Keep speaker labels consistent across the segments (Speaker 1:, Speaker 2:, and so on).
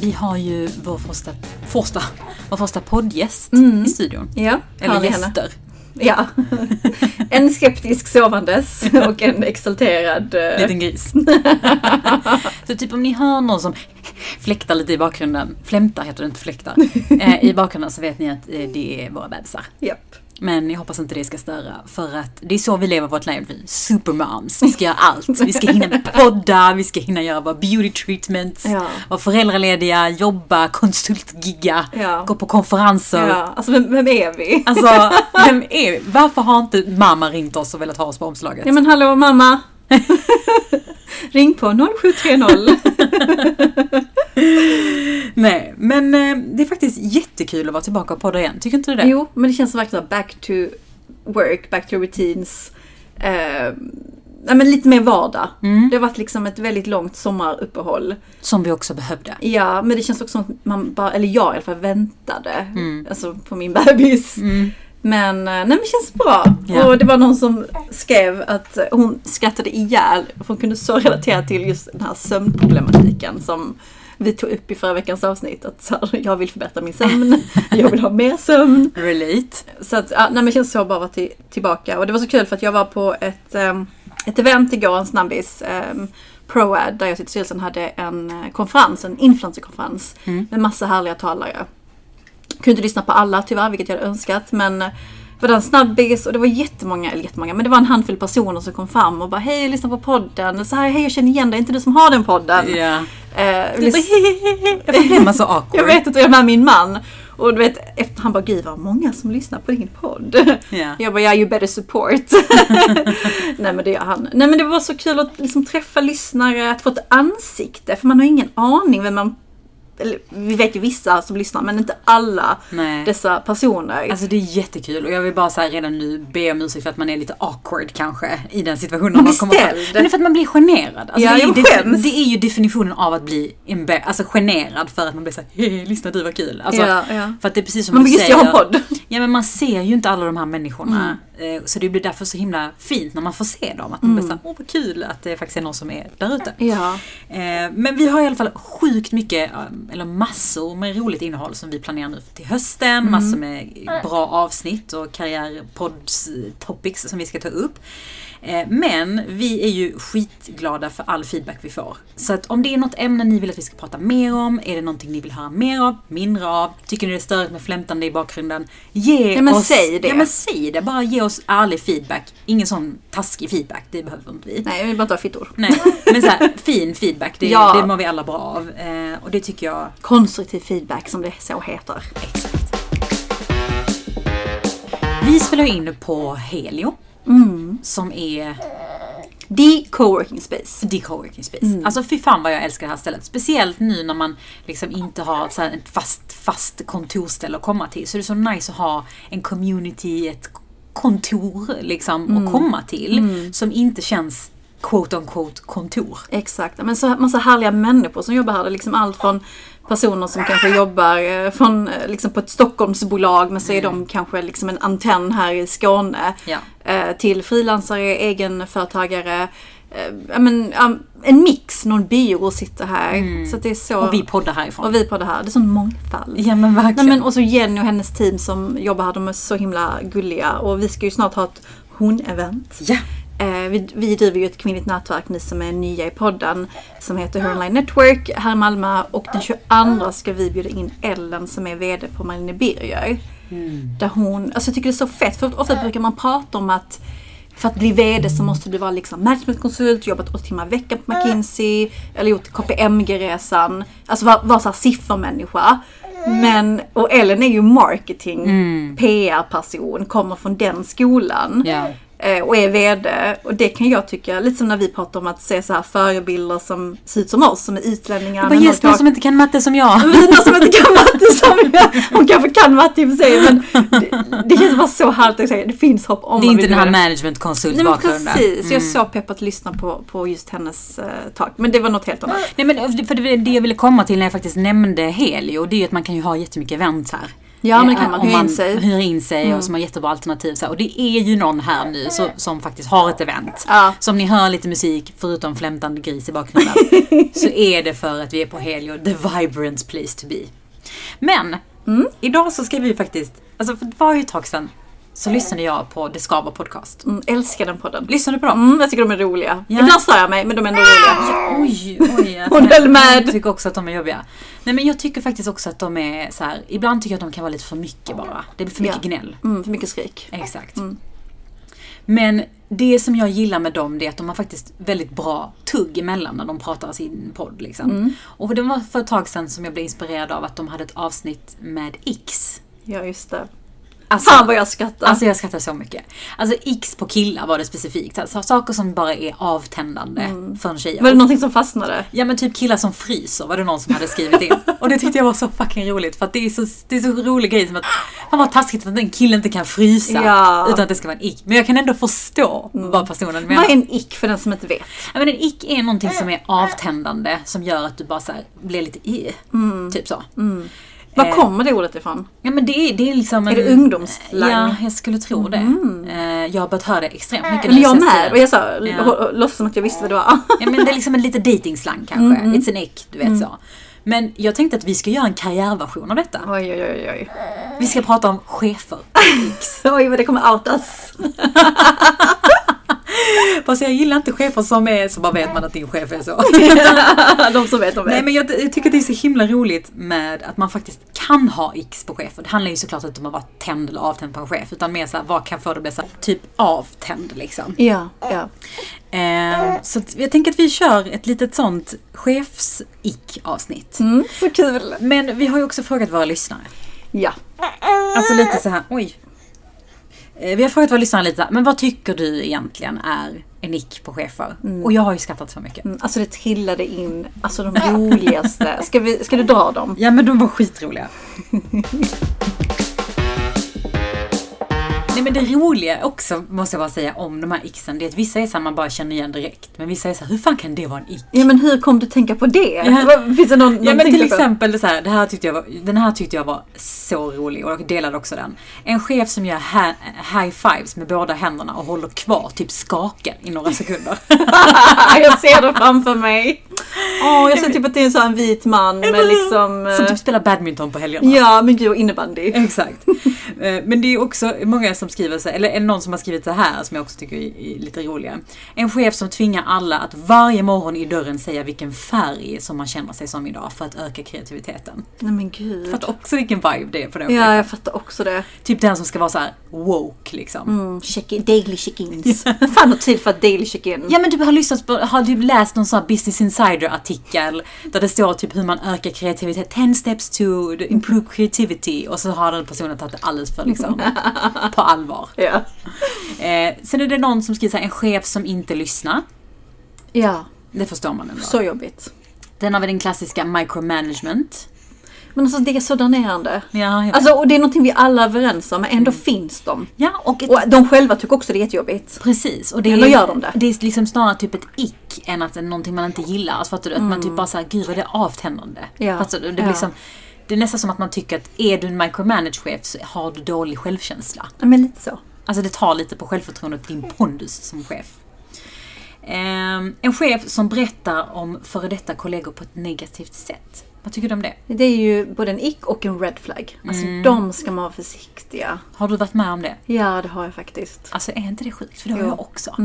Speaker 1: Vi har ju vår första, första, vår första poddgäst
Speaker 2: Mm.
Speaker 1: i studion.
Speaker 2: Ja,
Speaker 1: Eller
Speaker 2: hör ni henne?
Speaker 1: gäster.
Speaker 2: Ja. En skeptisk sovandes och en exalterad... eh,
Speaker 1: Liten gris. så typ om ni hör någon som fläktar lite i bakgrunden, flämtar heter det inte fläktar, eh, i bakgrunden så vet ni att eh, det är våra bebisar.
Speaker 2: Japp.
Speaker 1: Men jag hoppas inte det ska störa för att det är så vi lever vårt liv. Vi supermoms. Vi ska göra allt. Vi ska hinna podda, vi ska hinna göra våra beauty treatments,
Speaker 2: Ja.
Speaker 1: vara föräldralediga, jobba, konsultgigga,
Speaker 2: Ja.
Speaker 1: gå på konferenser.
Speaker 2: ja. Alltså vem, vem är vi?
Speaker 1: Alltså, vem är vi? Varför har inte mamma ringt oss och velat ha oss på omslaget?
Speaker 2: Ja men hallå mamma! Ring på 0730.
Speaker 1: Nej, men eh, det är faktiskt jättekul att vara tillbaka och podda igen. Tycker inte du det?
Speaker 2: Jo, men det känns verkligen som back to work, back to routines. Eh, nej, men lite mer vardag.
Speaker 1: Mm.
Speaker 2: Det har varit liksom ett väldigt långt sommaruppehåll.
Speaker 1: Som vi också behövde.
Speaker 2: Ja, men det känns också som att man bara, eller jag i alla fall, väntade.
Speaker 1: Mm.
Speaker 2: Alltså på min bebis.
Speaker 1: Mm.
Speaker 2: Men, eh, nej men det känns bra.
Speaker 1: Ja.
Speaker 2: Och det var någon som skrev att eh, hon skrattade ihjäl för hon kunde så relatera till just den här sömnproblematiken som vi tog upp i förra veckans avsnitt. Att så här, jag vill förbättra min sömn, jag vill ha mer sömn.
Speaker 1: Relate.
Speaker 2: Så att, ja, nej men det känns så bra att vara till, tillbaka. Och det var så kul för att jag var på ett, ehm, ett event igår, en snabbis. Um, ProAd där jag sitter i styrelsen hade en eh, konferens, en influencerkonferens.
Speaker 1: Mm.
Speaker 2: Med massa härliga talare. Kunde inte lyssna på alla tyvärr, vilket jag hade önskat. Men eh, det var en snabbis och det var jättemånga, eller jättemånga, men det var en handfull personer som kom fram och bara Hej, jag lyssnar på podden. Så här, hej jag känner igen dig, är inte du som har den podden?
Speaker 1: Ja.
Speaker 2: Eh,
Speaker 1: Jag
Speaker 2: lys-
Speaker 1: blir man så awkward.
Speaker 2: jag vet att jag är med min man. Och du vet, efter, han bara gud vad många som lyssnar på din podd.
Speaker 1: Ja.
Speaker 2: Jag bara, yeah, you better support. Nej men det gör han. Nej men det var så kul att liksom träffa lyssnare, att få ett ansikte. För man har ingen aning vem man... Eller, vi vet ju vissa som lyssnar men inte alla
Speaker 1: Nej.
Speaker 2: dessa personer.
Speaker 1: Alltså det är jättekul och jag vill bara så här redan nu be om ursäkt för att man är lite awkward kanske i den situationen
Speaker 2: Man
Speaker 1: man,
Speaker 2: blir
Speaker 1: kommer fram.
Speaker 2: ställd.
Speaker 1: Men det är för att man blir generad. Alltså
Speaker 2: Ja,
Speaker 1: det, är ju
Speaker 2: jag
Speaker 1: defi-
Speaker 2: skäms.
Speaker 1: det är ju definitionen av att bli embe- alltså generad för att man blir så här, "Hehe, lyssna du vad kul. Alltså,
Speaker 2: Ja, ja.
Speaker 1: För att det är precis som
Speaker 2: man
Speaker 1: du
Speaker 2: blir just,
Speaker 1: säger.
Speaker 2: jag har en podd.
Speaker 1: Ja men man ser ju inte alla de här människorna. Eh, Så det blir därför så himla fint när man får se dem. Att man blir såhär, åh vad kul att det faktiskt är någon som är där ute.
Speaker 2: Ja.
Speaker 1: Eh, Men vi har i alla fall sjukt mycket, eh, eller massor med roligt innehåll som vi planerar nu till hösten.
Speaker 2: Mm.
Speaker 1: Massor med bra avsnitt och karriärpods-topics som vi ska ta upp. Eh, Men vi är ju skitglada för all feedback vi får. Så att om det är något ämne ni vill att vi ska prata mer om, är det någonting ni vill höra mer av, mindre av, tycker ni det är störigt med flämtande i bakgrunden, ge
Speaker 2: Ja, men
Speaker 1: oss...
Speaker 2: säg det.
Speaker 1: Ja men säg det! Bara ge oss ärlig feedback. Ingen sån taskig feedback, det behöver inte vi.
Speaker 2: Nej, jag vill bara ta fittor.
Speaker 1: Nej, men så här, fin feedback, det,
Speaker 2: Ja.
Speaker 1: det mår vi alla bra av. Eh, och det tycker jag...
Speaker 2: Konstruktiv feedback som det så heter.
Speaker 1: Exakt. Vi spelar in på Helio,
Speaker 2: Mm.
Speaker 1: som är
Speaker 2: The coworking space.
Speaker 1: the coworking space.
Speaker 2: Mm.
Speaker 1: Alltså fy fan vad jag älskar det här stället. Speciellt nu när man liksom inte har så här ett fast, fast kontorsställe att komma till. Så det är så nice att ha en community, ett kontor liksom
Speaker 2: Mm.
Speaker 1: att komma till. Som inte känns quote on quote kontor.
Speaker 2: Exakt, men så massa härliga människor som jobbar här. Det är liksom allt från personer som kanske jobbar eh, från, eh, liksom på ett Stockholmsbolag men så är de kanske liksom en antenn här i Skåne.
Speaker 1: Mm. Ja.
Speaker 2: Eh, Till frilansare, egenföretagare. eh, ja, men, ja, en mix, någon byrå sitter här. Så att det är så.
Speaker 1: Mm. Och vi poddar härifrån.
Speaker 2: och vi på det här. Det är sån mångfald.
Speaker 1: Ja men verkligen.
Speaker 2: Nej, men, och så Jenny och hennes team som jobbar här, de är så himla gulliga. Och vi ska ju snart ha ett hon-event.
Speaker 1: Ja.
Speaker 2: Eh, vi, vi driver ju ett kvinnligt nätverk, ni som är nya i podden, som heter Her Online Network här i Malmö. Och den 22 ska vi bjuda in Ellen som är VD på Malene Birger. Där hon, alltså jag tycker det är så fett, för ofta brukar man prata om att för att bli VD så måste du vara liksom managementkonsult, jobbat 8 timmar i veckan på McKinsey, eller gjort KPMG-resan. Alltså vara var så här siffermänniska. Men, och Ellen är ju marketing, PR-person, kommer från den skolan.
Speaker 1: Ja.
Speaker 2: Eh, och är VD. Och det kan jag tycka, lite som när vi pratar om att se så här förebilder som ser ut som oss, som är utlänningar.
Speaker 1: Bara
Speaker 2: men har
Speaker 1: just någon
Speaker 2: kak-
Speaker 1: som inte kan matte som jag.
Speaker 2: Någon som inte kan matte som jag. Hon kanske kan matte i och för sig men det, det känns bara så härligt att säga. Det finns hopp om
Speaker 1: Det är
Speaker 2: man
Speaker 1: inte
Speaker 2: vill
Speaker 1: den här Mm.
Speaker 2: göra det. Nej men
Speaker 1: managementkonsultbakgrunden.
Speaker 2: precis, jag är så pepp att lyssna på, på just hennes eh, tak. Men det var något helt annat.
Speaker 1: Nej men för det det jag ville komma till när jag faktiskt nämnde Helio, det är ju att man kan ju ha jättemycket event här.
Speaker 2: Ja, men det
Speaker 1: Eh,
Speaker 2: kan man
Speaker 1: om
Speaker 2: hyra in sig. Mm.
Speaker 1: hyr in sig och som har jättebra alternativ. Så här. Och det är ju någon här nu som, som faktiskt har ett event.
Speaker 2: Ja.
Speaker 1: Så om ni hör lite musik förutom flämtande gris i bakgrunden så är det för att vi är på Helio, the vibrant place to be. Men
Speaker 2: Mm.
Speaker 1: idag så ska vi faktiskt, alltså för det var ju ett tag sedan så lyssnade jag på Det ska vara podcast.
Speaker 2: Mm, älskar den podden.
Speaker 1: Lyssnade du på dem?
Speaker 2: Mm, jag tycker de är roliga.
Speaker 1: Ja.
Speaker 2: Ibland stör jag mig, men de är ändå roliga.
Speaker 1: Oj, oj. att-
Speaker 2: Hon höll med.
Speaker 1: Jag tycker också att de är jobbiga. Nej men jag tycker faktiskt också att de är så här. ibland tycker jag att de kan vara lite för mycket bara. Det blir för mycket
Speaker 2: Ja.
Speaker 1: gnäll.
Speaker 2: Mm, för mycket skrik.
Speaker 1: Exakt. Men det som jag gillar med dem det är att de har faktiskt väldigt bra tugg emellan när de pratar i sin podd. Liksom.
Speaker 2: Mm.
Speaker 1: Och det var för ett tag sedan som jag blev inspirerad av att de hade ett avsnitt med X.
Speaker 2: Ja, just det.
Speaker 1: Alltså,
Speaker 2: Fan vad jag skrattar.
Speaker 1: Alltså jag skrattar så mycket. Alltså X på killar var det specifikt. Alltså, saker som bara är avtändande för en tjej.
Speaker 2: Mm. var det någonting som fastnade?
Speaker 1: Ja men typ killar som fryser var det någon som hade skrivit in. Och det tyckte jag var så fucking roligt för att det är så, det är så rolig grej som att han var taskigt att en kille inte kan frysa
Speaker 2: Ja. Mm.
Speaker 1: utan att det ska vara en ick. Men jag kan ändå förstå vad personen menar.
Speaker 2: Vad är en ick för den som inte vet?
Speaker 1: Ja, men en ick är någonting som är avtändande som gör att du bara så här, blir lite i.
Speaker 2: Mm.
Speaker 1: Typ så.
Speaker 2: Var
Speaker 1: Eh.
Speaker 2: kommer det ordet ifrån?
Speaker 1: Ja men det är, det är liksom en...
Speaker 2: Är det ungdomsslang?
Speaker 1: Ja, jag skulle tro det. Eh, Jag har börjat höra det extremt mycket
Speaker 2: Eller
Speaker 1: den
Speaker 2: jag
Speaker 1: senaste
Speaker 2: med.
Speaker 1: tiden.
Speaker 2: Och jag sa,
Speaker 1: Ja.
Speaker 2: ja. låtsas som att jag visste vad det var.
Speaker 1: Ja, men det är liksom en lite datingslang kanske.
Speaker 2: Mm,
Speaker 1: It's an ick, du vet så. Men jag tänkte att vi ska göra en karriärversion av detta.
Speaker 2: Oj, oj, oj, oj.
Speaker 1: Vi ska prata om chefer.
Speaker 2: Oj, vad det kommer outas.
Speaker 1: Fast jag gillar inte chefer som är så bara vet man att din chef är så.
Speaker 2: de som vet, de vet.
Speaker 1: Nej men jag, jag tycker det är så himla roligt med att man faktiskt kan ha x på chefer. Det handlar ju såklart inte om att vara tänd eller avtänd på en chef. Utan mer såhär, vad kan få det att bli såhär, typ avtänd liksom.
Speaker 2: Ja, ja.
Speaker 1: Eh, så att jag tänker att vi kör ett litet sånt chefs-ick avsnitt.
Speaker 2: Mm, så kul.
Speaker 1: Men vi har ju också frågat våra lyssnare.
Speaker 2: Ja.
Speaker 1: Alltså lite så här, oj. Eh, Vi har frågat våra lyssnare lite, så här, men vad tycker du egentligen är en nick på chefer? Och jag har ju skrattat så mycket.
Speaker 2: Mm, Alltså det trillade in, alltså de roligaste. Ska, vi, ska du dra dem?
Speaker 1: Ja men de var skitroliga. Nej men det roliga också måste jag bara säga om de här ixen, det är att vissa är såhär man bara känner igen direkt. Men vissa är såhär, hur fan kan det vara en ick?
Speaker 2: Ja men hur kom du tänka på det?
Speaker 1: Ja.
Speaker 2: Vad- Finns det någon, någon
Speaker 1: Ja men till
Speaker 2: tänkte på?
Speaker 1: exempel det så här, det här tyckte jag var, den här tyckte jag var så rolig och jag delade också den. En chef som gör ha, high fives med båda händerna och håller kvar typ skaken i några sekunder.
Speaker 2: jag ser det framför mig. Åh, jag ser typ att det är en sån här vit man med liksom...
Speaker 1: Som
Speaker 2: eh,
Speaker 1: typ spelar badminton på helgerna.
Speaker 2: Ja, men gud och innebandy.
Speaker 1: Exakt. Eh, Men det är också många som skriver så eller är någon som har skrivit så här som jag också tycker är är lite roliga. En chef som tvingar alla att varje morgon i dörren säga vilken färg som man känner sig som idag för att öka kreativiteten.
Speaker 2: Nej men gud.
Speaker 1: Fattar också vilken vibe det är på den
Speaker 2: Typ. Ja,
Speaker 1: chefen.
Speaker 2: jag fattar också det.
Speaker 1: Typ den som ska vara så här woke liksom.
Speaker 2: Mm, check in, daily check-ins. Vem fan har tid för att daily check-in?
Speaker 1: Ja men du har, lyssnat på, har du läst någon sån här Business Insider artikel där det står typ hur man ökar kreativitet, 10 steps to improve creativity och så har den personen tagit det alldeles för liksom på allvar.
Speaker 2: Ja.
Speaker 1: Eh, sen är det någon som skriver så här, en chef som inte lyssnar.
Speaker 2: ja.
Speaker 1: Det förstår man ändå.
Speaker 2: Så jobbigt.
Speaker 1: Den har vi den klassiska micromanagement.
Speaker 2: Men alltså det är så dränerande.
Speaker 1: Ja, jag vet.
Speaker 2: Alltså, och det är någonting vi alla är överens om, men ändå finns de.
Speaker 1: ja och ett,
Speaker 2: Och de själva tycker också det är jättejobbigt.
Speaker 1: precis. Och det,
Speaker 2: Eller
Speaker 1: är,
Speaker 2: gör de det?
Speaker 1: det är liksom snarare typ ett ick än att det är någonting man inte gillar. Alltså fattar du? Att man typ bara såhär, gud vad det är avtändande.
Speaker 2: Mm. Ja.
Speaker 1: Fattar du? Det,
Speaker 2: Ja.
Speaker 1: blir liksom, det är nästan som att man tycker att är du en micromanage-chef så har du dålig självkänsla.
Speaker 2: Ja, men lite så.
Speaker 1: Alltså det tar lite på självförtroendet,
Speaker 2: Mm.
Speaker 1: din pondus som chef. Ehm, en chef som berättar om före detta kollegor på ett negativt sätt. Vad tycker du om det?
Speaker 2: Det är ju både en ick och en red flag. Alltså de ska man vara försiktiga.
Speaker 1: Har du varit med om det?
Speaker 2: Ja, det har jag faktiskt.
Speaker 1: Alltså är inte det sjukt? För det har
Speaker 2: Jo. Mm.
Speaker 1: jag också.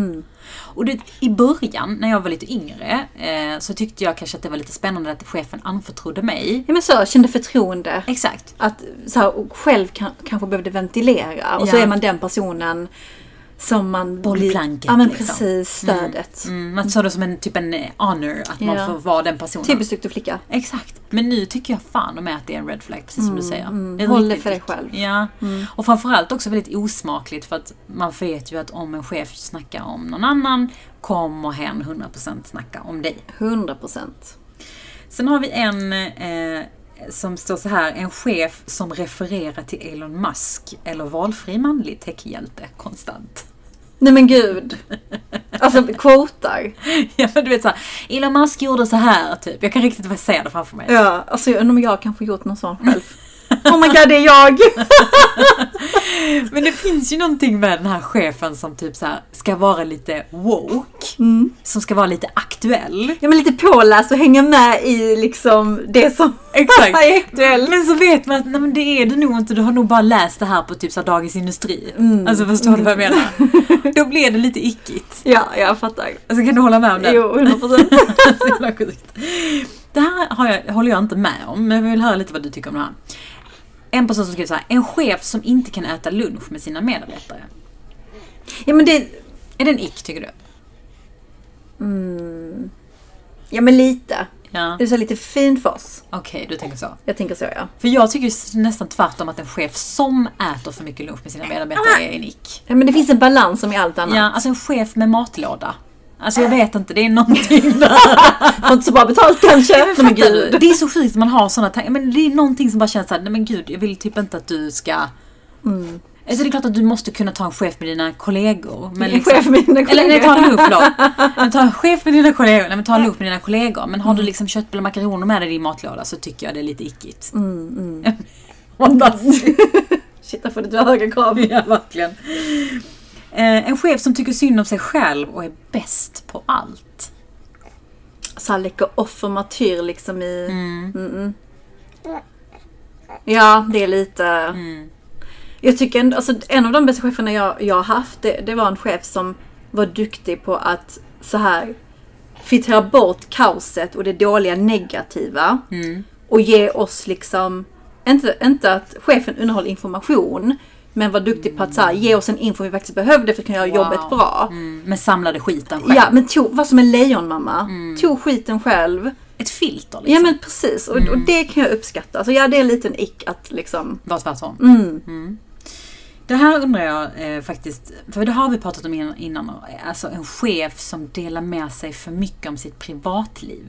Speaker 1: Och det, i början, när jag var lite yngre, eh, så tyckte jag kanske att det var lite spännande att chefen anförtrodde mig.
Speaker 2: Ja, men så, jag kände förtroende.
Speaker 1: Exakt.
Speaker 2: Att så här, och själv kan, kanske behövde ventilera och så
Speaker 1: Ja.
Speaker 2: är man den personen som man...
Speaker 1: Bollplanket,
Speaker 2: Ja, men
Speaker 1: liksom.
Speaker 2: precis. Stödet.
Speaker 1: Mm, man såg det som en, typ en eh, honor att
Speaker 2: Ja.
Speaker 1: man får vara den personen.
Speaker 2: Typiskt duktig flicka.
Speaker 1: Exakt. Men nu tycker jag fan om att det är en red flag, precis som du säger. Det är
Speaker 2: Mm, Håll
Speaker 1: riktigt
Speaker 2: det för dig
Speaker 1: dick.
Speaker 2: själv. Mm.
Speaker 1: Ja. Och framförallt också väldigt osmakligt för att man vet ju att om en chef snackar om någon annan kommer hen 100% snacka om dig.
Speaker 2: 100 procent.
Speaker 1: Sen har vi en eh, som står så här. En chef som refererar till Elon Musk eller valfri manlig techhjälte konstant.
Speaker 2: Nej men gud. Alltså quotar.
Speaker 1: ja men du vet såhär, Elon Musk gjorde så här typ. Jag kan riktigt väl se det framför mig.
Speaker 2: Ja, alltså jag undrar om jag kanske gjort någon sån själv. Oh my god, det är jag!
Speaker 1: Men det finns ju någonting med den här chefen som typ så här ska vara lite woke. Som ska vara lite aktuell.
Speaker 2: Ja men Mm. lite påläst och hänga med i liksom det som
Speaker 1: Exakt.
Speaker 2: är aktuellt.
Speaker 1: Men så vet man att nej, men det är du nog inte, du har nog bara läst det här på typ så här Dagens Industri. Alltså förstår du vad jag menar? Då blir det lite ickigt.
Speaker 2: Ja, jag fattar.
Speaker 1: Alltså kan du hålla med om det?
Speaker 2: Jo, 100%.
Speaker 1: så jävla sjukt. Det här har jag, håller jag inte med om, men jag vill höra lite vad du tycker om det här. En person som skriver så här, en chef som inte kan äta lunch med sina medarbetare.
Speaker 2: Ja men det...
Speaker 1: Är det en ick tycker du?
Speaker 2: Ja men lite.
Speaker 1: Ja.
Speaker 2: Det är så lite fint för oss.
Speaker 1: Okej, du tänker så.
Speaker 2: Jag tänker så ja.
Speaker 1: För jag tycker s- nästan tvärtom att en chef som äter för mycket lunch med sina medarbetare är en ick.
Speaker 2: ja men det finns en balans som i allt annat.
Speaker 1: Ja, alltså en chef med matlåda. Alltså jag vet inte, det är någonting där.
Speaker 2: Får inte så bra betalt kanske.
Speaker 1: Men gud, det är så sjukt att man har sådana tankar. Men det är någonting som bara känns såhär, nej men gud jag vill typ inte att du ska...
Speaker 2: Mm.
Speaker 1: Alltså det är klart att du måste kunna ta en chef med dina kollegor. Men liksom-
Speaker 2: En chef med dina
Speaker 1: Eller nej, ta
Speaker 2: kollegor.
Speaker 1: en lunch då. Men ta en chef med dina kollegor. Nej men ta en lunch med dina kollegor. Men
Speaker 2: Mm.
Speaker 1: har du liksom köttbullar och makaroner med dig i din matlåda så tycker jag det är lite ickigt.
Speaker 2: Mm,
Speaker 1: Fantastiskt.
Speaker 2: Shit, där får du dra höga krav.
Speaker 1: Ja, verkligen. Eh, en chef som tycker synd om sig själv och är bäst på allt.
Speaker 2: Så här läcker offer martyr liksom i... Mm-mm. Ja, det är lite... Jag tycker ändå, alltså, en av de bästa cheferna jag, jag har haft, det, det var en chef som var duktig på att så här filtrera bort kaoset och det dåliga negativa. Och ge oss liksom, inte, inte att chefen underhåller information, men var duktig på att så här, ge oss en info vi faktiskt behövde för att kunna göra jobbet bra.
Speaker 1: Mm, men samlade skiten själv.
Speaker 2: Ja, men tog, var som en lejonmamma. Tog skiten själv.
Speaker 1: Ett filter liksom. Mm.
Speaker 2: Ja men precis, och, och det kan jag uppskatta. Alltså ja, det är en liten ick att liksom...
Speaker 1: Var tvärtom. Mm. Det här undrar jag eh, faktiskt, för det har vi pratat om innan- innan. Alltså en chef som delar med sig för mycket om sitt privatliv.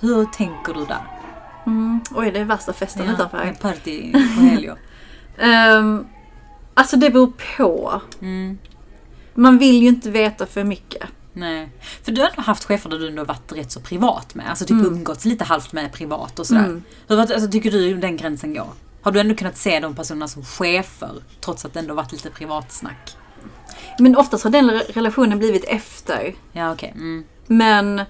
Speaker 1: Hur tänker du där?
Speaker 2: Oj, det är värsta festen utanför.
Speaker 1: med party på helger.
Speaker 2: Ehm, alltså det beror på.
Speaker 1: Mm.
Speaker 2: Man vill ju inte veta för mycket.
Speaker 1: Nej. För du har ändå haft chefer där du ändå varit rätt så privat med. Alltså typ umgåtts lite halvt med privat och sådär. Hur, alltså, tycker du den gränsen går? Har du ändå kunnat se de personerna som chefer trots att det ändå varit lite privatsnack?
Speaker 2: Men oftast har den re- relationen blivit efter.
Speaker 1: Ja okej. Mm.
Speaker 2: Men...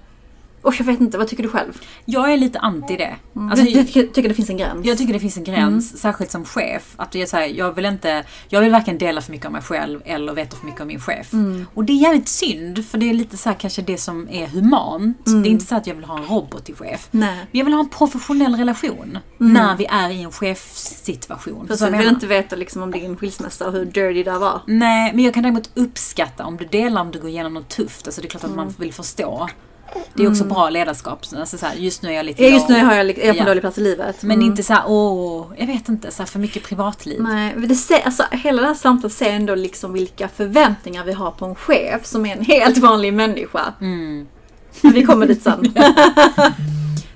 Speaker 2: Och jag vet inte, vad tycker du själv?
Speaker 1: Jag är lite anti det.
Speaker 2: Alltså,
Speaker 1: Mm. Alltså,
Speaker 2: du, du tycker det finns en gräns?
Speaker 1: Jag tycker det finns en gräns,
Speaker 2: Mm.
Speaker 1: särskilt som chef. Att jag, så här, jag, vill inte, jag vill varken dela för mycket om mig själv eller veta för mycket om min chef.
Speaker 2: Mm.
Speaker 1: Och det är jävligt synd, för det är lite så här, kanske det som är humant. Det är
Speaker 2: Mm.
Speaker 1: inte så att jag vill ha en robot till chef.
Speaker 2: Nej.
Speaker 1: Men jag vill ha en professionell relation när vi är i en chefssituation.
Speaker 2: Precis,
Speaker 1: Förstår du vad
Speaker 2: Alltså, jag
Speaker 1: jag
Speaker 2: Mm. vill
Speaker 1: menar?
Speaker 2: inte veta liksom, om din skilsmässa och hur dirty det var.
Speaker 1: Nej, men jag kan däremot uppskatta om du delar om du går igenom något tufft. Alltså det är klart att
Speaker 2: Mm.
Speaker 1: man vill förstå. Det är också bra ledarskap. Alltså så här, just nu är jag lite
Speaker 2: Ja, just nu
Speaker 1: low.
Speaker 2: har jag, li- är jag på en
Speaker 1: Ja.
Speaker 2: dålig plats i livet.
Speaker 1: Men inte så här, åh, jag vet inte, så här, för mycket privatliv.
Speaker 2: Nej, men det ser, alltså, hela det här samtalet säger ändå liksom vilka förväntningar vi har på en chef som är en helt vanlig människa.
Speaker 1: Mm.
Speaker 2: Men vi kommer dit sen.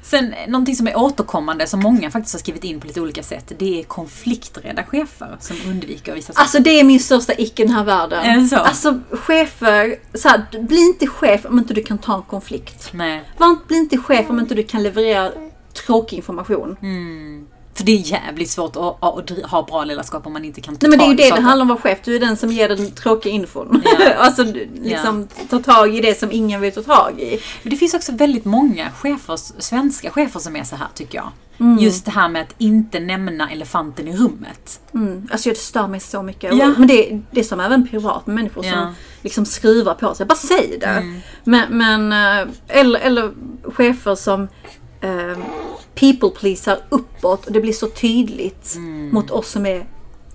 Speaker 1: Sen eh, någonting som är återkommande som många faktiskt har skrivit in på lite olika sätt. Det är konflikträdda chefer som undviker vissa saker.
Speaker 2: Alltså det är min största ick i den här världen.
Speaker 1: Är det så?
Speaker 2: Alltså chefer, så här, du- bli inte chef om inte du kan ta en konflikt.
Speaker 1: Nej.
Speaker 2: Var inte, bli inte chef om inte du kan leverera tråkig information.
Speaker 1: Mm. För det är jävligt svårt att, att, att dri- ha bra ledarskap om man inte kan ta
Speaker 2: Nej men det
Speaker 1: tag
Speaker 2: är ju
Speaker 1: i
Speaker 2: det det
Speaker 1: saker.
Speaker 2: handlar om att vara chef. Du är den som ger den tråkiga infon.
Speaker 1: Ja.
Speaker 2: alltså du, liksom ta tag i det som ingen vill ta tag i.
Speaker 1: Men det finns också väldigt många chefer, svenska chefer som är så här tycker jag.
Speaker 2: Mm.
Speaker 1: Just det här med att inte nämna elefanten i rummet.
Speaker 2: Mm. Alltså jag stör mig så mycket.
Speaker 1: Ja.
Speaker 2: Men det, det är som även privat med människor
Speaker 1: Ja. Mm.
Speaker 2: som liksom skruvar på sig. Bara säg det. Men, men, eh, eller, eller chefer som eh, people pleasar uppåt och det blir så tydligt
Speaker 1: Mm.
Speaker 2: mot oss som är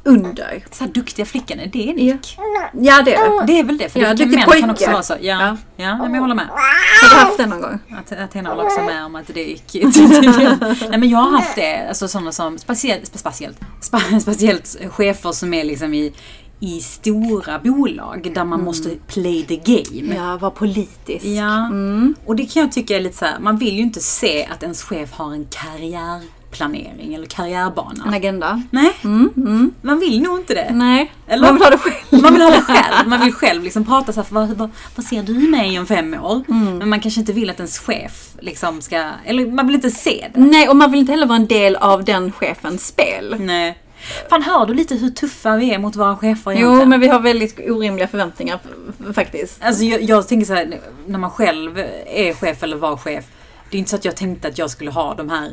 Speaker 2: under.
Speaker 1: Så här duktiga flickan, är det en
Speaker 2: Ja,
Speaker 1: nick?
Speaker 2: ja det är det.
Speaker 1: Det är väl det? För
Speaker 2: Ja,
Speaker 1: duktiga
Speaker 2: duktig
Speaker 1: män kan
Speaker 2: pojke.
Speaker 1: också vara så. Ja, ja.
Speaker 2: Ja.
Speaker 1: men jag håller med.
Speaker 2: Har du haft det någon gång?
Speaker 1: Att- Athena håller också med om att det gick tydligen. Nej men jag har haft det, alltså sådana som, speciellt, spe- speciellt, spe- speciellt chefer som är liksom i, i stora bolag där man måste play the game.
Speaker 2: Ja, var politisk.
Speaker 1: Ja, och det kan jag tycka är lite så här. man vill ju inte se att ens chef har en karriärplan. karriärplanering eller karriärbana.
Speaker 2: En agenda.
Speaker 1: Nej,
Speaker 2: Mm, mm.
Speaker 1: man vill nog inte det.
Speaker 2: Nej,
Speaker 1: Eller?
Speaker 2: man vill ha det själv.
Speaker 1: Man vill ha det själv. Man vill själv liksom prata så här, vad, vad, vad ser du mig om fem år? Men man kanske inte vill att ens chef liksom ska, eller man vill inte se det.
Speaker 2: Nej, och man vill inte heller vara en del av den chefens spel.
Speaker 1: Nej. Fan, hör du lite hur tuffa vi är mot våra chefer
Speaker 2: Jo, men vi har väldigt orimliga förväntningar f- faktiskt.
Speaker 1: Alltså jag, jag tänker så här, när man själv är chef eller var chef. Det är inte så att jag tänkte att jag skulle ha de här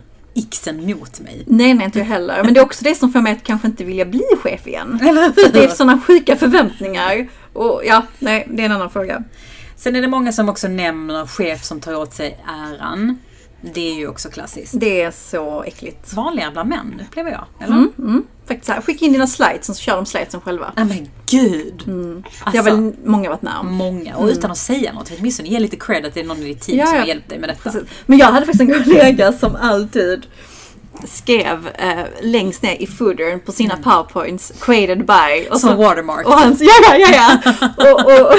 Speaker 1: xen mot mig.
Speaker 2: Nej, nej, inte jag heller. Men det är också det som får mig att kanske inte vilja bli chef igen. För att det är sådana sjuka förväntningar. Och ja, nej, det är en annan fråga.
Speaker 1: Sen är det många som också nämner chef som tar åt sig äran. Det är ju också klassiskt.
Speaker 2: Det är så äckligt.
Speaker 1: Vanligare bland män upplever jag. Eller?
Speaker 2: Mm, mm. Faktiskt så här, skicka in dina slides så kör de slidesen själva.
Speaker 1: Nej men gud!
Speaker 2: Det
Speaker 1: Alltså,
Speaker 2: har väl många varit med om.
Speaker 1: många. Och utan att säga något, åtminstone ge lite cred att det är någon i ditt team
Speaker 2: Mm. Ja,
Speaker 1: som
Speaker 2: ja.
Speaker 1: har hjälpt dig med detta.
Speaker 2: Precis. Alltså, Men jag hade faktiskt en kollega som alltid skrev eh, längst ner i foodern på sina powerpoints created by och
Speaker 1: Mm. Som
Speaker 2: så
Speaker 1: watermark.
Speaker 2: och hans, ja, ja, ja, ja. Och, och, och,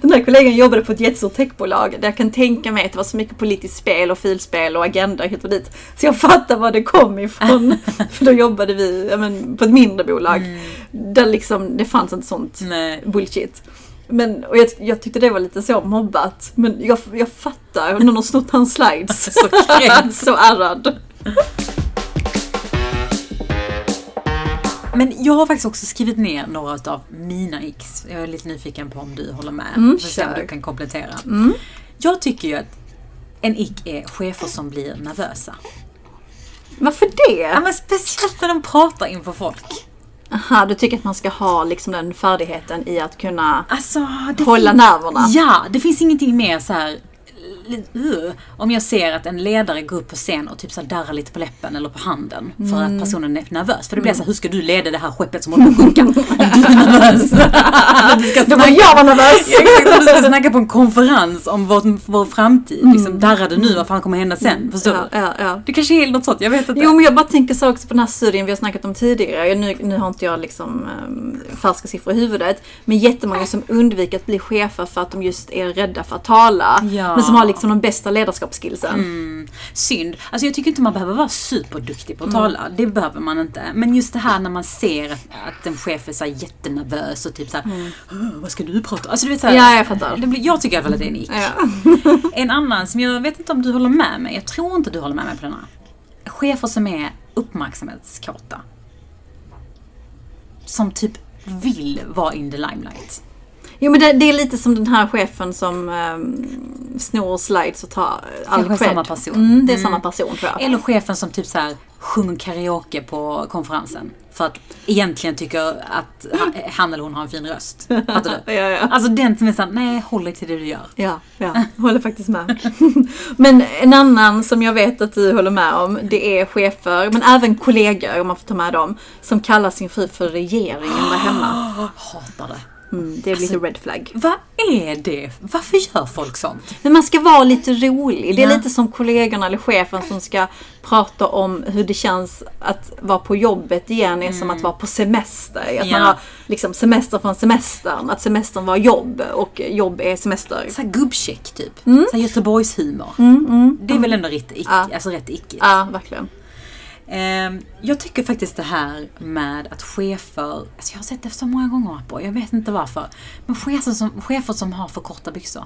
Speaker 2: den här kollegan jobbade på ett jättestort techbolag där jag kan tänka mig att det var så mycket politiskt spel och filspel och agenda hit och dit. Så jag fattar var det kom ifrån. För då jobbade vi ja, men, på ett mindre bolag där liksom det fanns inte sånt
Speaker 1: Nej.
Speaker 2: bullshit. Men, och jag, jag tyckte det var lite så mobbat. Men jag, jag fattar, någon har snott hans slides.
Speaker 1: Så kränkt.
Speaker 2: så ärrad.
Speaker 1: Men jag har faktiskt också skrivit ner några av mina x. Jag är lite nyfiken på om du håller med.
Speaker 2: Mm,
Speaker 1: För att se om
Speaker 2: kör.
Speaker 1: du kan komplettera.
Speaker 2: Mm.
Speaker 1: Jag tycker ju att en ick är chefer som blir nervösa.
Speaker 2: Varför
Speaker 1: Ja,
Speaker 2: det?
Speaker 1: men speciellt när de pratar inför folk.
Speaker 2: Aha, du tycker att man ska ha liksom den färdigheten i att kunna
Speaker 1: Alltså, det
Speaker 2: hålla
Speaker 1: fin-
Speaker 2: nerverna.
Speaker 1: Ja, det finns ingenting mer så här. uh, Om jag ser att en ledare går upp på scen och typ så här darrar lite på läppen eller på handen för
Speaker 2: Mm.
Speaker 1: att personen är nervös. För det blir så här, hur ska du leda det här skeppet som håller på att sjunka om du är nervös? du ska
Speaker 2: Då var
Speaker 1: snacka-
Speaker 2: jag var nervös!
Speaker 1: Ja, Exakt, om du ska snacka på en konferens om vår, vår framtid. Liksom, darrar du nu, vad fan kommer hända sen? Förstår
Speaker 2: Mm. Ja,
Speaker 1: du?
Speaker 2: ja, ja.
Speaker 1: Det kanske är något sånt, jag vet inte.
Speaker 2: Jo men jag bara tänker så också på den här studien vi har snackat om tidigare. Nu, nu har inte jag liksom um, färska siffror i huvudet. Men jättemånga som undviker att bli chefer för att de just är rädda för att tala.
Speaker 1: Ja. Mm.
Speaker 2: Men som har liksom de bästa ledarskapsskillsen.
Speaker 1: synd. Alltså jag tycker inte man behöver vara superduktig på
Speaker 2: Mm.
Speaker 1: att tala. Det behöver man inte. Men just det här när man ser att, att en chef är så här jättenervös och typ så här, "Åh, vad ska du prata Alltså du vet så här,
Speaker 2: Mm. Ja, jag fattar.
Speaker 1: Det blir, jag tycker i alla fall att det är en ick.
Speaker 2: Ja.
Speaker 1: En annan som jag vet inte om du håller med mig. Jag tror inte du håller med mig på den här. Chefer som är uppmärksamhetskåta. Som typ vill vara in the limelight.
Speaker 2: Jo men det, det är lite som den här chefen som um, snor slides och tar eh, all
Speaker 1: Kanske
Speaker 2: cred.
Speaker 1: samma person.
Speaker 2: Mm, det är samma person tror jag.
Speaker 1: Eller chefen som typ så här sjunger karaoke på konferensen. För att egentligen tycker att ha- han eller hon har en fin röst. Fattar du?
Speaker 2: Ja, ja.
Speaker 1: Alltså den som är såhär, nej håll dig till det du gör.
Speaker 2: Ja, ja, håller faktiskt med. men en annan som jag vet att du håller med om, det är chefer, men även kollegor om man får ta med dem, som kallar sin fru för regeringen där hemma.
Speaker 1: Hatar det.
Speaker 2: Mm, det blir
Speaker 1: Alltså-
Speaker 2: lite red flag.
Speaker 1: Vad är det? Varför gör folk sånt?
Speaker 2: Men man ska vara lite rolig. Det är
Speaker 1: Ja.
Speaker 2: lite som kollegorna eller chefen som ska prata om hur det känns att vara på jobbet igen, är som att vara på semester. Att
Speaker 1: Mm. Ja.
Speaker 2: man har liksom semester från semestern, att semestern var jobb och jobb är semester.
Speaker 1: Såhär gubbcheck typ.
Speaker 2: Mm.
Speaker 1: Såhär Göteborgshumor. det är väl ändå rätt ick,
Speaker 2: Ja.
Speaker 1: alltså rätt ickigt.
Speaker 2: Ja, verkligen.
Speaker 1: Ehm, jag tycker faktiskt det här med att chefer, alltså jag har sett det så många gånger på, jag vet inte varför. Men chefer som, chefer som har för korta byxor.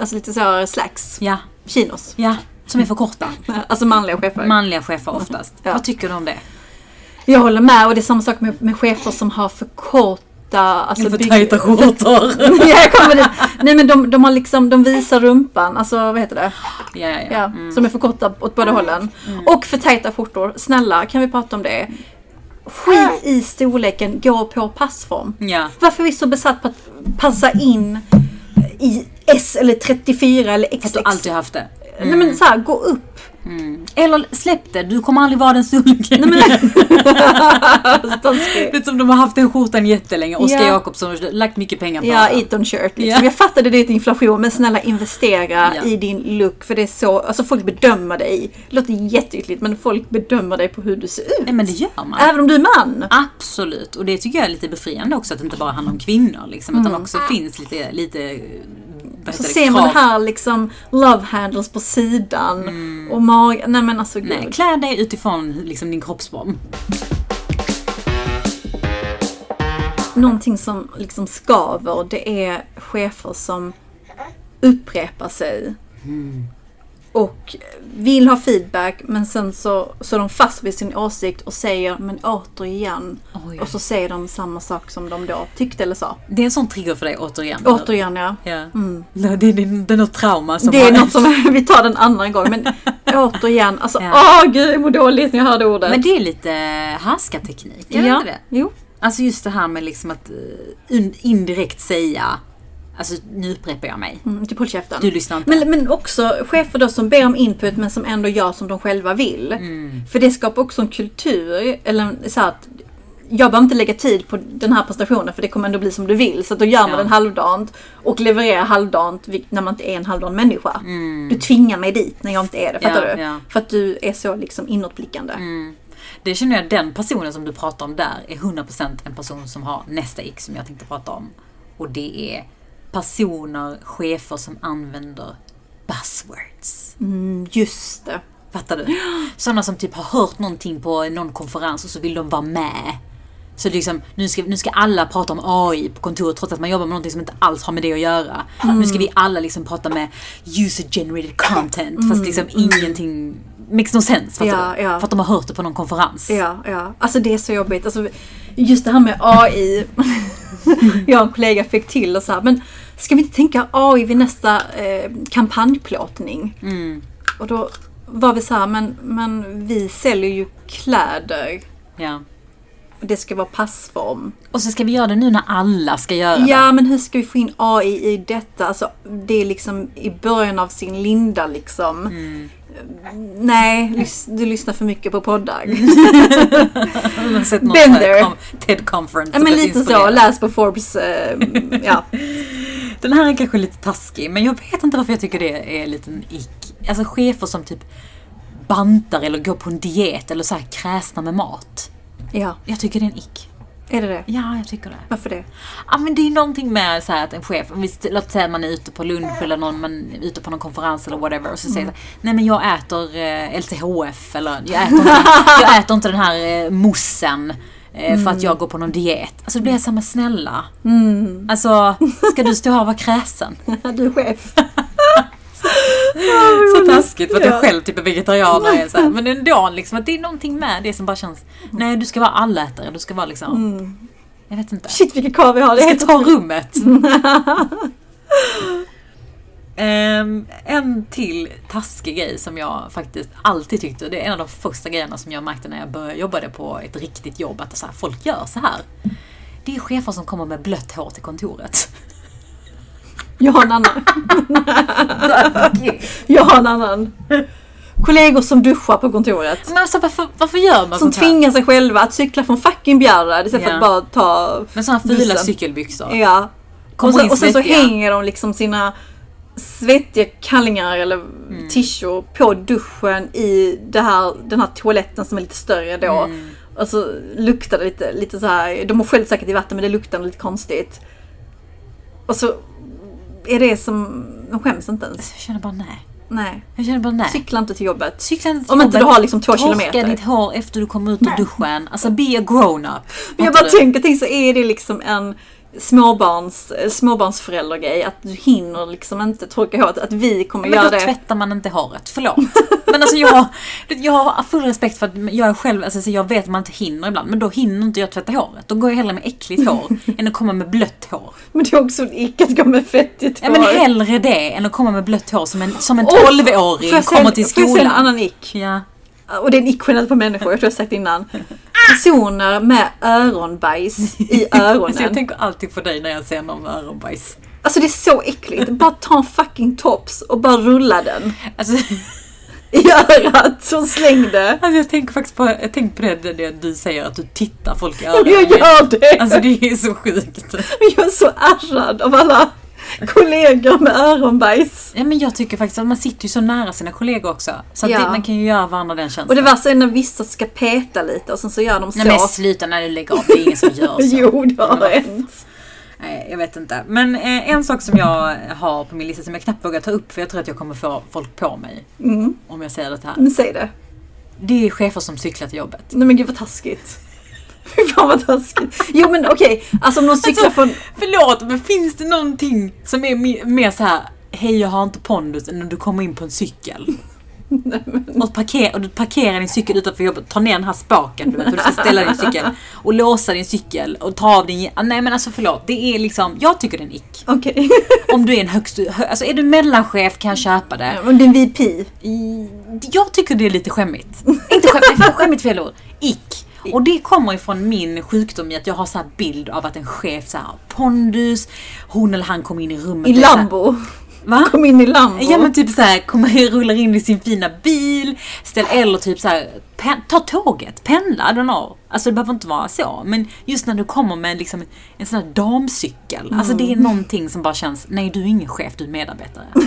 Speaker 2: Alltså lite så slacks.
Speaker 1: Ja,
Speaker 2: Chinos.
Speaker 1: ja. Som är för korta.
Speaker 2: Alltså manliga chefer.
Speaker 1: Manliga chefer oftast.
Speaker 2: Ja.
Speaker 1: Vad tycker du om det?
Speaker 2: Jag håller med och det är samma sak med, med chefer som har för korta... Alltså bygg-
Speaker 1: skjortor.
Speaker 2: ja, jag kommer dit. Nej men de, de har liksom, de visar rumpan. Alltså vad heter det?
Speaker 1: ja, ja,
Speaker 2: Ja,
Speaker 1: ja. Mm.
Speaker 2: Som är för korta åt båda hållen. Och för tajta skjortor. Snälla, kan vi prata om det? Skit i storleken, gå på passform.
Speaker 1: ja.
Speaker 2: Varför är vi så besatt på att passa in i S eller 34 eller
Speaker 1: Fast
Speaker 2: XX?
Speaker 1: du har alltid haft det.
Speaker 2: Nej men så här, gå upp.
Speaker 1: Eller släpp det, du kommer aldrig vara den storleken.
Speaker 2: Nej, men... Alltså,
Speaker 1: Det är som de har haft den skjortan jättelänge. Oskar
Speaker 2: Ja.
Speaker 1: Jakobsson har lagt mycket pengar på
Speaker 2: Ja,
Speaker 1: den.
Speaker 2: eat on shirt. Liksom.
Speaker 1: Ja.
Speaker 2: Jag fattade det är inflation, men snälla investera
Speaker 1: Ja.
Speaker 2: i din look. För det är så, alltså folk bedömer dig. Det låter jätteytligt, men folk bedömer dig på hur du ser ut.
Speaker 1: Nej men det gör man.
Speaker 2: Även om du är man.
Speaker 1: Absolut, och Mm. det tycker jag är lite befriande också att det inte bara handlar om kvinnor liksom, utan också finns lite, lite vad heter
Speaker 2: Så
Speaker 1: det,
Speaker 2: ser man
Speaker 1: krav.
Speaker 2: det här liksom love handles på sidan och magen. Nej men alltså gud.
Speaker 1: Mm. Nej, klä dig utifrån liksom, din kroppsform.
Speaker 2: Någonting som liksom skaver det är chefer som upprepar sig.
Speaker 1: Mm.
Speaker 2: Och vill ha feedback men sen så, så är de fast vid sin åsikt och säger men återigen.
Speaker 1: Oj.
Speaker 2: Och så säger de samma sak som de då tyckte eller sa.
Speaker 1: Det är en sån trigger för dig återigen. eller?
Speaker 2: Återigen ja. Mm.
Speaker 1: Ja. Det, det, det, det är något trauma som
Speaker 2: Det är
Speaker 1: har-
Speaker 2: något som vi tar den andra gång men återigen alltså
Speaker 1: Ja.
Speaker 2: åh gud jag mår dåligt när jag hörde ordet.
Speaker 1: Men det är lite eh, härskarteknik, är det
Speaker 2: ja.
Speaker 1: inte det?
Speaker 2: Jo.
Speaker 1: Alltså just det här med liksom att eh, in, indirekt säga, alltså nu upprepar jag mig.
Speaker 2: Mm, typ håll käften.
Speaker 1: Du lyssnar inte.
Speaker 2: Men, men också chefer då som ber om input men som ändå gör som de själva vill.
Speaker 1: Mm.
Speaker 2: För det skapar också en kultur. Eller en- så här att jag behöver inte lägga tid på den här prestationen för det kommer ändå bli som du vill. Så att då gör man
Speaker 1: Ja.
Speaker 2: den halvdant och levererar halvdant vil- när man inte är en halvdan människa. Du tvingar mig dit när jag inte är det. Fattar
Speaker 1: Mm. Ja,
Speaker 2: du?
Speaker 1: ja.
Speaker 2: För att du är så liksom inåtblickande.
Speaker 1: Mm. Det känner jag, den personen som du pratar om där är 100% en person som har nästa ick som jag tänkte prata om. Och det är personer, chefer som använder buzzwords.
Speaker 2: Mm, just det.
Speaker 1: Fattar du? Sådana som typ har hört någonting på någon konferens och så vill de vara med. Så det är liksom, nu ska, nu ska alla prata om AI på kontoret trots att man jobbar med någonting som inte alls har med det att göra. Nu
Speaker 2: Mm.
Speaker 1: ska vi alla liksom prata med user generated content fast liksom ingenting makes no sense. Fattar
Speaker 2: Mm. Ja,
Speaker 1: du?
Speaker 2: ja.
Speaker 1: För att de har hört det på någon konferens.
Speaker 2: Ja, ja. Alltså det är så jobbigt. Alltså, just det här med AI. jag och en kollega fick till och så här, men ska vi inte tänka AI vid nästa eh, kampanjplåtning? Och då var vi så här, men, men vi säljer ju kläder.
Speaker 1: Ja.
Speaker 2: Och det ska vara passform.
Speaker 1: Och så ska vi göra det nu när alla ska göra det.
Speaker 2: Ja, men hur ska vi få in AI i detta? Alltså, det är liksom i början av sin linda liksom.
Speaker 1: Mm.
Speaker 2: Nej, lys- du lyssnar för mycket på poddar.
Speaker 1: Jag har sett någon
Speaker 2: Been
Speaker 1: sån här
Speaker 2: there.
Speaker 1: com- TED conference.
Speaker 2: Ja,
Speaker 1: som
Speaker 2: men
Speaker 1: blev
Speaker 2: lite så,
Speaker 1: inspirerad.
Speaker 2: läs på Forbes. Eh, ja.
Speaker 1: Den här är kanske lite taskig, men jag vet inte varför jag tycker det är en liten ick. Alltså chefer som typ bantar eller går på en diet eller så här kräsna med mat.
Speaker 2: Ja,
Speaker 1: Jag tycker det är en ick.
Speaker 2: är det det?
Speaker 1: Ja, jag tycker det.
Speaker 2: Varför det?
Speaker 1: Ja, men det är någonting med så här att en chef, om vi, st- låt säga att man är ute på lunch eller någon, man är ute på någon konferens eller whatever och så säger så här, nej men jag äter eh, LCHF eller jag äter inte, jag äter inte den här eh, moussen eh, för att jag går på någon diet. Alltså då blir jag samma snälla. Alltså, ska du stå här och vara kräsen?
Speaker 2: Du är chef.
Speaker 1: Så taskigt för att jag
Speaker 2: Ja.
Speaker 1: själv typ är vegetarian och är så här. men ändå liksom att det är någonting med det som bara känns, nej du ska vara allätare, du ska vara liksom, jag vet inte.
Speaker 2: Shit vilken karl vi har. Det
Speaker 1: Du
Speaker 2: är
Speaker 1: ska ta rummet. Ehm, en till taskig grej som jag faktiskt alltid tyckte, det är en av de första grejerna som jag märkte när jag började jobbade på ett riktigt jobb, att så här, folk gör så här. Det är chefer som kommer med blött hår till kontoret.
Speaker 2: Jag har en annan. Jag har en annan. Kollegor som duschar på kontoret.
Speaker 1: Men alltså varför, varför gör man
Speaker 2: Som
Speaker 1: sånt här?
Speaker 2: tvingar sig själva att cykla från fucking Bjärred istället
Speaker 1: Ja.
Speaker 2: för att bara ta...
Speaker 1: Med såna här fula
Speaker 2: bussen.
Speaker 1: cykelbyxor.
Speaker 2: Ja.
Speaker 1: Kommer
Speaker 2: och, sen,
Speaker 1: in
Speaker 2: och sen så
Speaker 1: svettiga.
Speaker 2: hänger de liksom sina svettiga kallingar eller mm. t-shirts på duschen i det här, den här toaletten som är lite större då.
Speaker 1: Mm.
Speaker 2: Och så luktar det lite, lite så här. de har skällt säkert i vatten men det luktar lite konstigt. Och så är det som, de skäms inte ens.
Speaker 1: Alltså, jag känner bara nej.
Speaker 2: Nej.
Speaker 1: Jag känner bara nej.
Speaker 2: Cykla inte till jobbet.
Speaker 1: Cykla inte till
Speaker 2: Om inte du
Speaker 1: jobbet.
Speaker 2: har liksom två kilometer.
Speaker 1: Torka ditt hår efter du kommer ut ur duschen. Alltså be a grown up.
Speaker 2: Men jag bara tänker, tänk så är det liksom en småbarns, eh, småbarnsföräldergrej att du hinner liksom inte torka håret. Att vi kommer
Speaker 1: Men
Speaker 2: göra
Speaker 1: då
Speaker 2: det.
Speaker 1: tvättar man inte håret, förlåt. Men alltså jag, jag har full respekt för att jag är själv, alltså så jag vet att man inte hinner ibland, men då hinner inte jag tvätta håret. Då går jag hellre med äckligt hår än att komma med blött hår.
Speaker 2: Men det är också en ick att gå med fettigt
Speaker 1: Ja men hellre det än att komma med blött hår som en, som en
Speaker 2: Åh,
Speaker 1: 12-åring
Speaker 2: får jag säga-
Speaker 1: kommer till
Speaker 2: Får jag säga en
Speaker 1: skolan.
Speaker 2: annan ick?
Speaker 1: Ja.
Speaker 2: Och det är en ick generellt på människor, jag tror jag har sagt det innan. Personer med öronbajs i
Speaker 1: Alltså jag
Speaker 2: öronen.
Speaker 1: tänker alltid på dig när jag ser någon med öronbajs.
Speaker 2: Alltså det är så äckligt. Bara ta en fucking tops och bara rulla den
Speaker 1: Alltså,
Speaker 2: i örat och släng det.
Speaker 1: alltså jag tänker faktiskt på, jag tänker på det, det du säger att du tittar folk i
Speaker 2: Jag
Speaker 1: öronen.
Speaker 2: gör det!
Speaker 1: Alltså det är så sjukt.
Speaker 2: Jag är så ärrad av alla kollegor med öronbajs.
Speaker 1: Ja, men jag tycker faktiskt att man sitter ju så nära sina kollegor också. Så att
Speaker 2: Ja.
Speaker 1: det, man kan ju göra varandra den
Speaker 2: Och
Speaker 1: känslan.
Speaker 2: det värsta är när vissa ska peta lite och sen så gör de så.
Speaker 1: alltså. Nej men sluta när du lägger av, det är ingen som gör så.
Speaker 2: jo, det har
Speaker 1: Men vad
Speaker 2: hänt.
Speaker 1: Nej, jag vet inte. Men eh, en sak som jag har på min lista som jag knappt vågar ta upp för jag tror att jag kommer få folk på mig
Speaker 2: Mm.
Speaker 1: om jag säger det här.
Speaker 2: Men säg det.
Speaker 1: Det är chefer som cyklar till jobbet.
Speaker 2: Nej men gud vad taskigt. Fy fan vad taskigt. Jo men okej, alltså om de cyklar från...
Speaker 1: Förlåt, men finns det någonting som är mi- mer så här Hej jag har inte pondus än när du kommer in på en cykel. Och, parker, och du parkerar din cykel utanför jobbet, ta ner den här spaken du vet, för du ska ställa din cykel. Och låsa din cykel och ta av din... Ah, Nej men alltså förlåt, det är liksom, jag tycker det är en ick.
Speaker 2: Okej.
Speaker 1: Om du är en högst... hö- Alltså är du mellanchef kan jag köpa det.
Speaker 2: Ja, men det är en VP.
Speaker 1: I- Jag tycker det är lite skämmigt. Inte skämmigt, nej, skämmigt fel ord. Ick. Och det kommer ifrån min sjukdom i att jag har så här bild av att en chef så här har pondus, hon eller han kommer in i rummet.
Speaker 2: I
Speaker 1: och så här-
Speaker 2: Lambo.
Speaker 1: Va?
Speaker 2: Kom in i Lambo.
Speaker 1: Ja men typ såhär, kommer, rullar in i sin fina bil, ställ, eller typ såhär, pen, ta tåget, pendla, I don't know. Alltså det behöver inte vara så, men just när du kommer med liksom en, en sån här damcykel, alltså det är någonting som bara känns, nej du är ingen chef, du är medarbetare.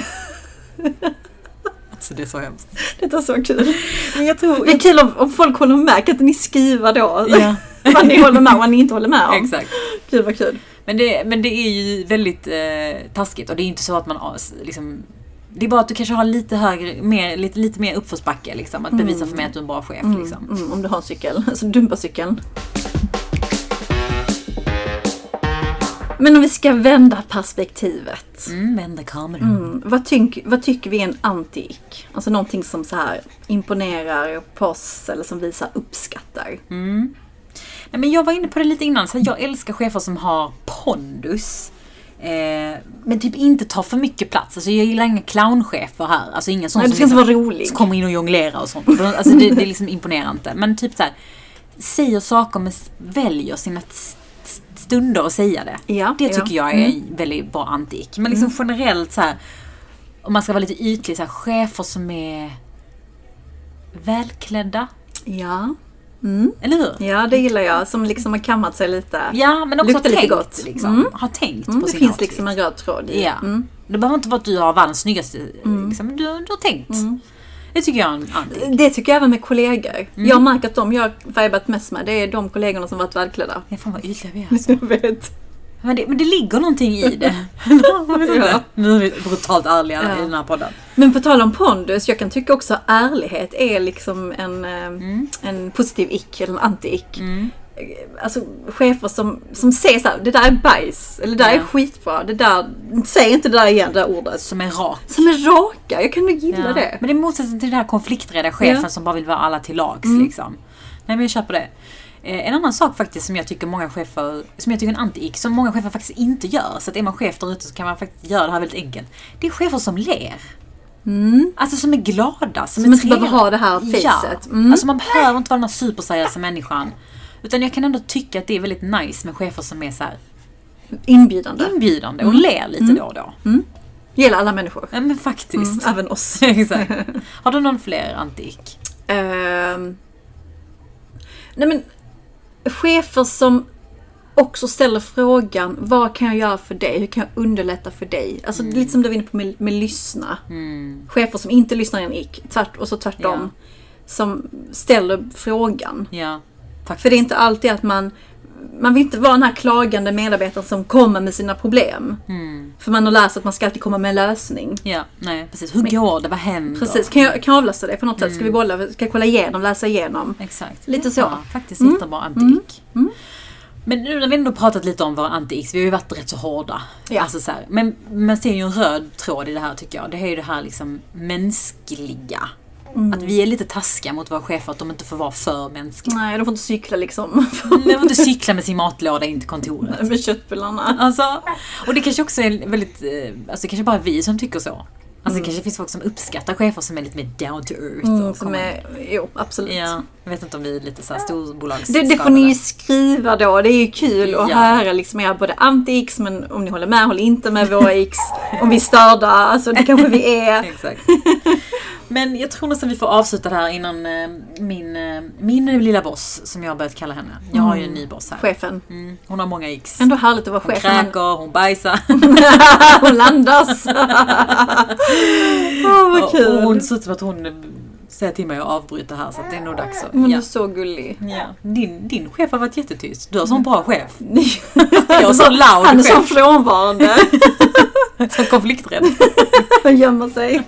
Speaker 1: alltså det är så hemskt.
Speaker 2: Det är så kul.
Speaker 1: Men jag tror...
Speaker 2: Det är kul om, om folk håller med, kan inte ni skriva då?
Speaker 1: Ja.
Speaker 2: vad ni håller med och vad ni inte håller med om.
Speaker 1: Exakt.
Speaker 2: Gud vad kul.
Speaker 1: Men det, men det är ju väldigt eh, taskigt och det är inte så att man har s- liksom det är bara att du kanske har lite högre, mer, lite, lite mer uppförsbacke liksom. Att bevisa för mig att du är en bra chef liksom.
Speaker 2: Mm, om du har en cykel, alltså dumpa cykeln. Men om vi ska vända perspektivet.
Speaker 1: Mm, vända kameran.
Speaker 2: Mm, vad, tyck, vad tycker vi är en anti-ick? Alltså någonting som så här imponerar på oss eller som vi så här
Speaker 1: Mm.
Speaker 2: uppskattar.
Speaker 1: Nej, men jag var inne på det lite innan, så här, jag älskar chefer som har pondus. Eh, men typ inte tar för mycket plats. Alltså jag gillar inga clownchefer här. Alltså ingen sån
Speaker 2: Nej, du ska
Speaker 1: som
Speaker 2: inte
Speaker 1: liksom-
Speaker 2: vara rolig.
Speaker 1: som kommer in och jonglerar och sånt. Alltså det, det liksom imponerar inte. Men typ så här, säger saker men s- väljer sina st- st- stunder att säga det.
Speaker 2: Ja,
Speaker 1: det
Speaker 2: ja. Mm.
Speaker 1: tycker jag är väldigt bra antik. Men liksom generellt så här, om man ska vara lite ytlig, så här, chefer som är välklädda.
Speaker 2: Ja.
Speaker 1: Eller hur?
Speaker 2: ja, det gillar jag. Som liksom har kammat sig lite.
Speaker 1: Ja, men också har
Speaker 2: Luktar lite
Speaker 1: tänkt.
Speaker 2: gott.
Speaker 1: Liksom,
Speaker 2: Mm.
Speaker 1: Har tänkt
Speaker 2: Mm,
Speaker 1: på
Speaker 2: det
Speaker 1: sin
Speaker 2: finns
Speaker 1: outfit.
Speaker 2: liksom en röd tråd i. Mm.
Speaker 1: Ja. Det behöver inte vara att du har världens snyggaste... Liksom, du, du har tänkt.
Speaker 2: Mm.
Speaker 1: Det tycker jag är en antik.
Speaker 2: Det tycker jag även med kollegor.
Speaker 1: Mm.
Speaker 2: Jag märker att de jag har vibat mest med, det är de kollegorna som varit välklädda.
Speaker 1: Ja, Fan vad ytliga vi är alltså.
Speaker 2: Jag vet.
Speaker 1: Men det, men det ligger någonting i det.
Speaker 2: Ja.
Speaker 1: Nu är vi brutalt ärliga
Speaker 2: Ja.
Speaker 1: i den här podden.
Speaker 2: Men på tal om pondus, jag kan tycka också att ärlighet är liksom en, eh,
Speaker 1: Mm.
Speaker 2: en positiv ick eller en anti-ick. Eh, Alltså chefer som, som säger såhär, det där är bajs, eller det där
Speaker 1: Ja.
Speaker 2: är skitbra, det där, säg inte det där igen, det där ordet.
Speaker 1: Som är rak.
Speaker 2: Som är raka, jag kan nog gilla det.
Speaker 1: Men det är motsatsen till den här konflikträdda chefen
Speaker 2: Ja. Mm.
Speaker 1: som bara vill vara alla till lags. Liksom. Nej men jag köper det. Eh, en annan sak faktiskt som jag tycker många chefer, som jag tycker är en anti som många chefer faktiskt inte gör. Så att är man chef där ute så kan man faktiskt göra det här väldigt enkelt. Det är chefer som ler. Alltså som är glada, som,
Speaker 2: Mm. Som
Speaker 1: är
Speaker 2: inte behöver
Speaker 1: trevliga.
Speaker 2: ha det här fejset.
Speaker 1: Ja.
Speaker 2: Mm.
Speaker 1: Alltså man behöver inte vara den här superseriösa människan. Utan jag kan ändå tycka att det är väldigt nice med chefer som är så här
Speaker 2: Inbjudande.
Speaker 1: inbjudande
Speaker 2: Mm.
Speaker 1: och ler lite då och då.
Speaker 2: Gillar alla människor.
Speaker 1: Ja men faktiskt.
Speaker 2: Även oss.
Speaker 1: Exakt. Har du någon fler antik?
Speaker 2: Ehm, nej men, chefer som också ställer frågan vad kan jag göra för dig? Hur kan jag underlätta för dig? Alltså det är lite som du var inne på med, med lyssna.
Speaker 1: Mm.
Speaker 2: Chefer som inte lyssnar är en ick. Tvärt, och så tvärtom.
Speaker 1: Ja.
Speaker 2: Som ställer frågan.
Speaker 1: Ja, faktiskt.
Speaker 2: För det är inte alltid att man man vill inte vara den här klagande medarbetaren som kommer med sina problem. För man har lärt sig att man ska alltid komma med en lösning.
Speaker 1: Ja, nej precis. Hur går det? Vad händer?
Speaker 2: Precis, kan jag, kan jag avlasta dig på något sätt? Ska vi bolla? Ska jag kolla igenom? Läsa igenom?
Speaker 1: Exakt.
Speaker 2: Lite
Speaker 1: Ja,
Speaker 2: så. Mm.
Speaker 1: Faktiskt mm. jättebra antik. Men nu när vi ändå pratat lite om våra anti-x, vi har ju varit rätt så hårda.
Speaker 2: Ja.
Speaker 1: Alltså så här, men man ser ju en röd tråd i det här tycker jag. Det är ju det här liksom mänskliga.
Speaker 2: Mm.
Speaker 1: Att vi är lite taskiga mot våra chefer, att de inte får vara för mänskliga.
Speaker 2: Nej, de får inte cykla liksom.
Speaker 1: De får inte cykla med sin matlåda in till kontoret.
Speaker 2: med köttbullarna.
Speaker 1: Alltså, och det kanske också är väldigt, eh, alltså det kanske bara är vi som tycker så. Alltså
Speaker 2: Mm.
Speaker 1: det kanske finns folk som uppskattar chefer som är lite mer down to earth. och
Speaker 2: som
Speaker 1: kommer-
Speaker 2: är, jo, absolut.
Speaker 1: Mm, Ja, jag vet inte om vi är lite såhär storbolags...
Speaker 2: Det, det får ni ju skriva då. Det är ju kul att
Speaker 1: Ja.
Speaker 2: höra liksom era både anti-x, men om ni håller med, håller inte med våra x. Om vi är störda, alltså det kanske vi är.
Speaker 1: Exakt. Men jag tror nästan vi får avsluta det här innan eh, min, eh, min lilla boss, som jag har börjat kalla henne. Jag har ju en ny boss här.
Speaker 2: Chefen.
Speaker 1: Mm, hon har många x.
Speaker 2: Ändå härligt att vara
Speaker 1: Hon
Speaker 2: chef. när man-
Speaker 1: kräker, hon bajsar.
Speaker 2: Hon landas. Åh vad
Speaker 1: Och, och hon
Speaker 2: kul.
Speaker 1: ser ut som att hon eh, säger till mig att avbryta här så att det är nog dags att...
Speaker 2: Hon är
Speaker 1: Ja.
Speaker 2: så gullig.
Speaker 1: Ja. Din, din chef har varit jättetyst. Du har sån bra chef. Jag har sån loud
Speaker 2: Han är så
Speaker 1: chef.
Speaker 2: frånvarande.
Speaker 1: Sån konflikträdd.
Speaker 2: Han gömmer sig.